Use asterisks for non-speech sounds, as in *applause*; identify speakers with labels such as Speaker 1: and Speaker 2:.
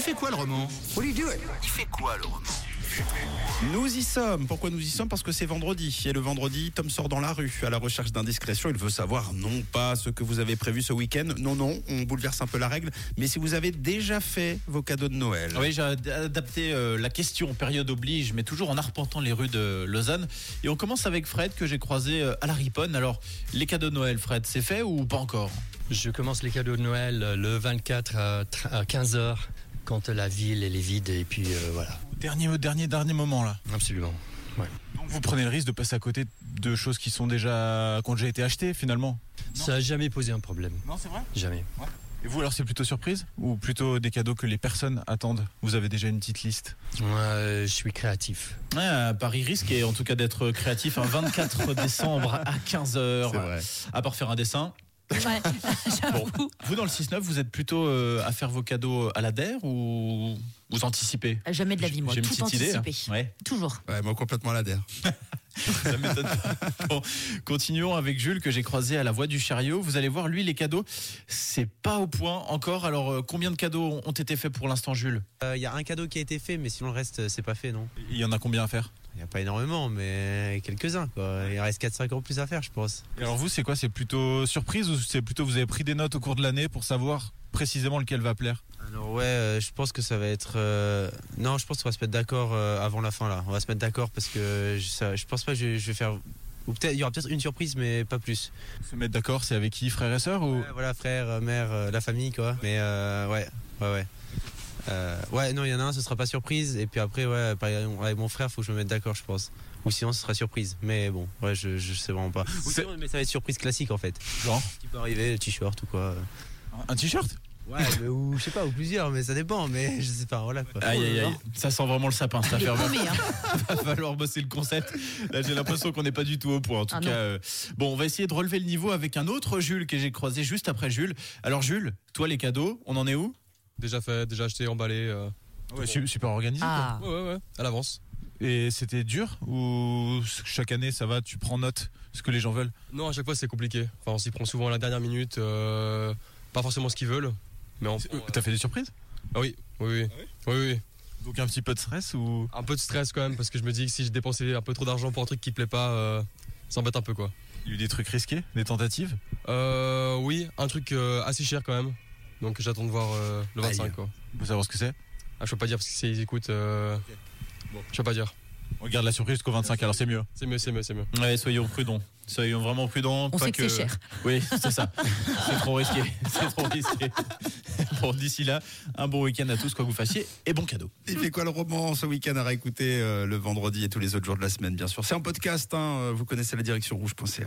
Speaker 1: fait quoi le roman Il fait quoi le roman
Speaker 2: Nous y sommes. Pourquoi nous y sommes Parce que c'est vendredi. Et le vendredi, Tom sort dans la rue à la recherche d'indiscrétion. Il veut savoir non pas ce que vous avez prévu ce week-end. Non, non, on bouleverse un peu la règle. Mais si vous avez déjà fait vos cadeaux de Noël.
Speaker 3: Oui, j'ai ad- adapté euh, la question, période oblige, mais toujours en arpentant les rues de Lausanne. Et on commence avec Fred que j'ai croisé euh, à la Riponne. Alors, les cadeaux de Noël, Fred, c'est fait ou pas encore
Speaker 4: Je commence les cadeaux de Noël euh, le 24 à, tr- à 15h quand la ville elle est vide et puis euh, voilà,
Speaker 5: Dernier, dernier, dernier moment là.
Speaker 4: absolument.
Speaker 5: Donc vous prenez le risque de passer à côté de choses qui sont déjà, qui ont déjà été achetées finalement.
Speaker 4: Ça n'a jamais posé un problème,
Speaker 5: Non, c'est vrai.
Speaker 4: jamais.
Speaker 5: Et vous alors c'est plutôt surprise ou plutôt des cadeaux que les personnes attendent Vous avez déjà une petite liste.
Speaker 4: Moi, euh, je suis créatif.
Speaker 3: Ouais, à Ah, Paris risque, et en tout cas d'être créatif, un 24 décembre à 15h. À part faire un dessin.
Speaker 6: Ouais, j'avoue.
Speaker 3: Vous, dans le 6-9, vous êtes plutôt euh, à faire vos cadeaux à la DER ou vous anticipez
Speaker 6: Jamais de la vie, moi.
Speaker 3: J'ai une
Speaker 6: Tout
Speaker 3: petite idée. hein.
Speaker 6: anticipé.
Speaker 3: Ouais.
Speaker 6: Toujours.
Speaker 2: Ouais, moi complètement à la DER.
Speaker 3: Ça m'étonne pas. Bon, continuons avec Jules que j'ai croisé à la voie du chariot. Vous allez voir, lui, les cadeaux, c'est pas au point encore. Alors, euh, combien de cadeaux ont été faits pour l'instant, Jules
Speaker 7: Il y a un cadeau qui a été fait, mais sinon le reste, euh, c'est pas fait, non
Speaker 5: Il y en a combien à faire
Speaker 7: Il n'y a pas énormément, mais quelques-uns, quoi. Il reste 4-5 ans plus à faire, je pense.
Speaker 5: Et alors vous c'est quoi C'est plutôt surprise ou c'est plutôt vous avez pris des notes au cours de l'année pour savoir précisément lequel va plaire
Speaker 7: Alors, ouais, euh, je pense que ça va être. euh, Non, je pense qu'on va se mettre d'accord euh, avant la fin, là. On va se mettre d'accord parce que je, ça- je pense pas que je, je vais faire. Ou peut-être, il y aura peut-être une surprise, mais pas plus.
Speaker 5: Se mettre d'accord c'est avec qui Frères et sœurs ou
Speaker 7: Ouais, voilà, frère, euh, mère, euh, la famille, quoi. Mais euh, ouais, ouais, ouais. Euh, ouais, non, il y en a un, ce sera pas surprise. Et puis après, ouais, par- avec mon frère, faut que je me mette d'accord, je pense. Ou sinon, ce sera surprise. Mais bon, ouais, je, je sais vraiment pas. Ou
Speaker 5: C'est-
Speaker 7: sinon, mais ça va être surprise classique en fait.
Speaker 5: Genre
Speaker 7: Ce qui peut arriver, le t-shirt ou quoi.
Speaker 5: un t-shirt
Speaker 7: Ouais, mais ou je sais pas, ou plusieurs, mais ça dépend. Mais je sais pas, voilà quoi.
Speaker 3: Aïe, aïe, aïe. Ça sent vraiment le sapin, ça
Speaker 5: *laughs*
Speaker 6: Il est
Speaker 3: fait vraiment.
Speaker 6: paumé, hein.
Speaker 3: va falloir bosser le concept. Là, j'ai l'impression qu'on n'est pas du tout au point. En tout
Speaker 6: Ah non.
Speaker 3: cas, euh, bon, on va essayer de relever le niveau avec un autre Jules que j'ai croisé juste après Jules. Alors, Jules, toi, les cadeaux, on en est où
Speaker 8: Déjà fait, déjà acheté, emballé. euh,
Speaker 5: Ouais, su- super organisé.
Speaker 6: Ah.
Speaker 8: Ouais, ouais, ouais, à l'avance.
Speaker 5: Et c'était dur ou chaque année ça va, tu prends note ce que les gens veulent
Speaker 8: Non, à chaque fois c'est compliqué. Enfin, on s'y prend souvent à la dernière minute. euh, pas forcément ce qu'ils veulent, mais on. prend,
Speaker 5: Euh,
Speaker 8: euh,
Speaker 5: T'as fait des surprises
Speaker 8: Ah oui, oui, oui. oui, oui, oui.
Speaker 5: Donc un petit peu de stress ou
Speaker 8: Un peu de stress quand même, parce que je me dis que si je dépensais un peu trop d'argent pour un truc qui plaît pas, euh, ça embête un peu quoi.
Speaker 5: il y a eu des trucs risqués, des tentatives
Speaker 8: Euh, oui, un truc euh, assez cher quand même. Donc j'attends de voir euh, le 25
Speaker 5: Aïe.
Speaker 8: quoi.
Speaker 5: Faut savoir ce que c'est.
Speaker 8: Ah, je peux pas dire parce qu'ils écoutent. Euh... Je peux pas dire.
Speaker 5: On garde la surprise jusqu'au 25 alors c'est mieux.
Speaker 8: C'est mieux, c'est mieux, c'est mieux.
Speaker 3: Ouais, soyons prudents. Soyons vraiment prudents.
Speaker 6: On
Speaker 3: pas
Speaker 6: sait que c'est cher.
Speaker 3: Oui, c'est ça. C'est trop risqué. C'est trop risqué. Bon, d'ici là, un bon week-end à tous, quoi que vous fassiez, et bon cadeau.
Speaker 2: Il fait quoi le roman ce week-end à réécouter euh, le vendredi et tous les autres jours de la semaine, bien sûr. C'est en podcast, hein, euh, vous connaissez la direction rouge.ca.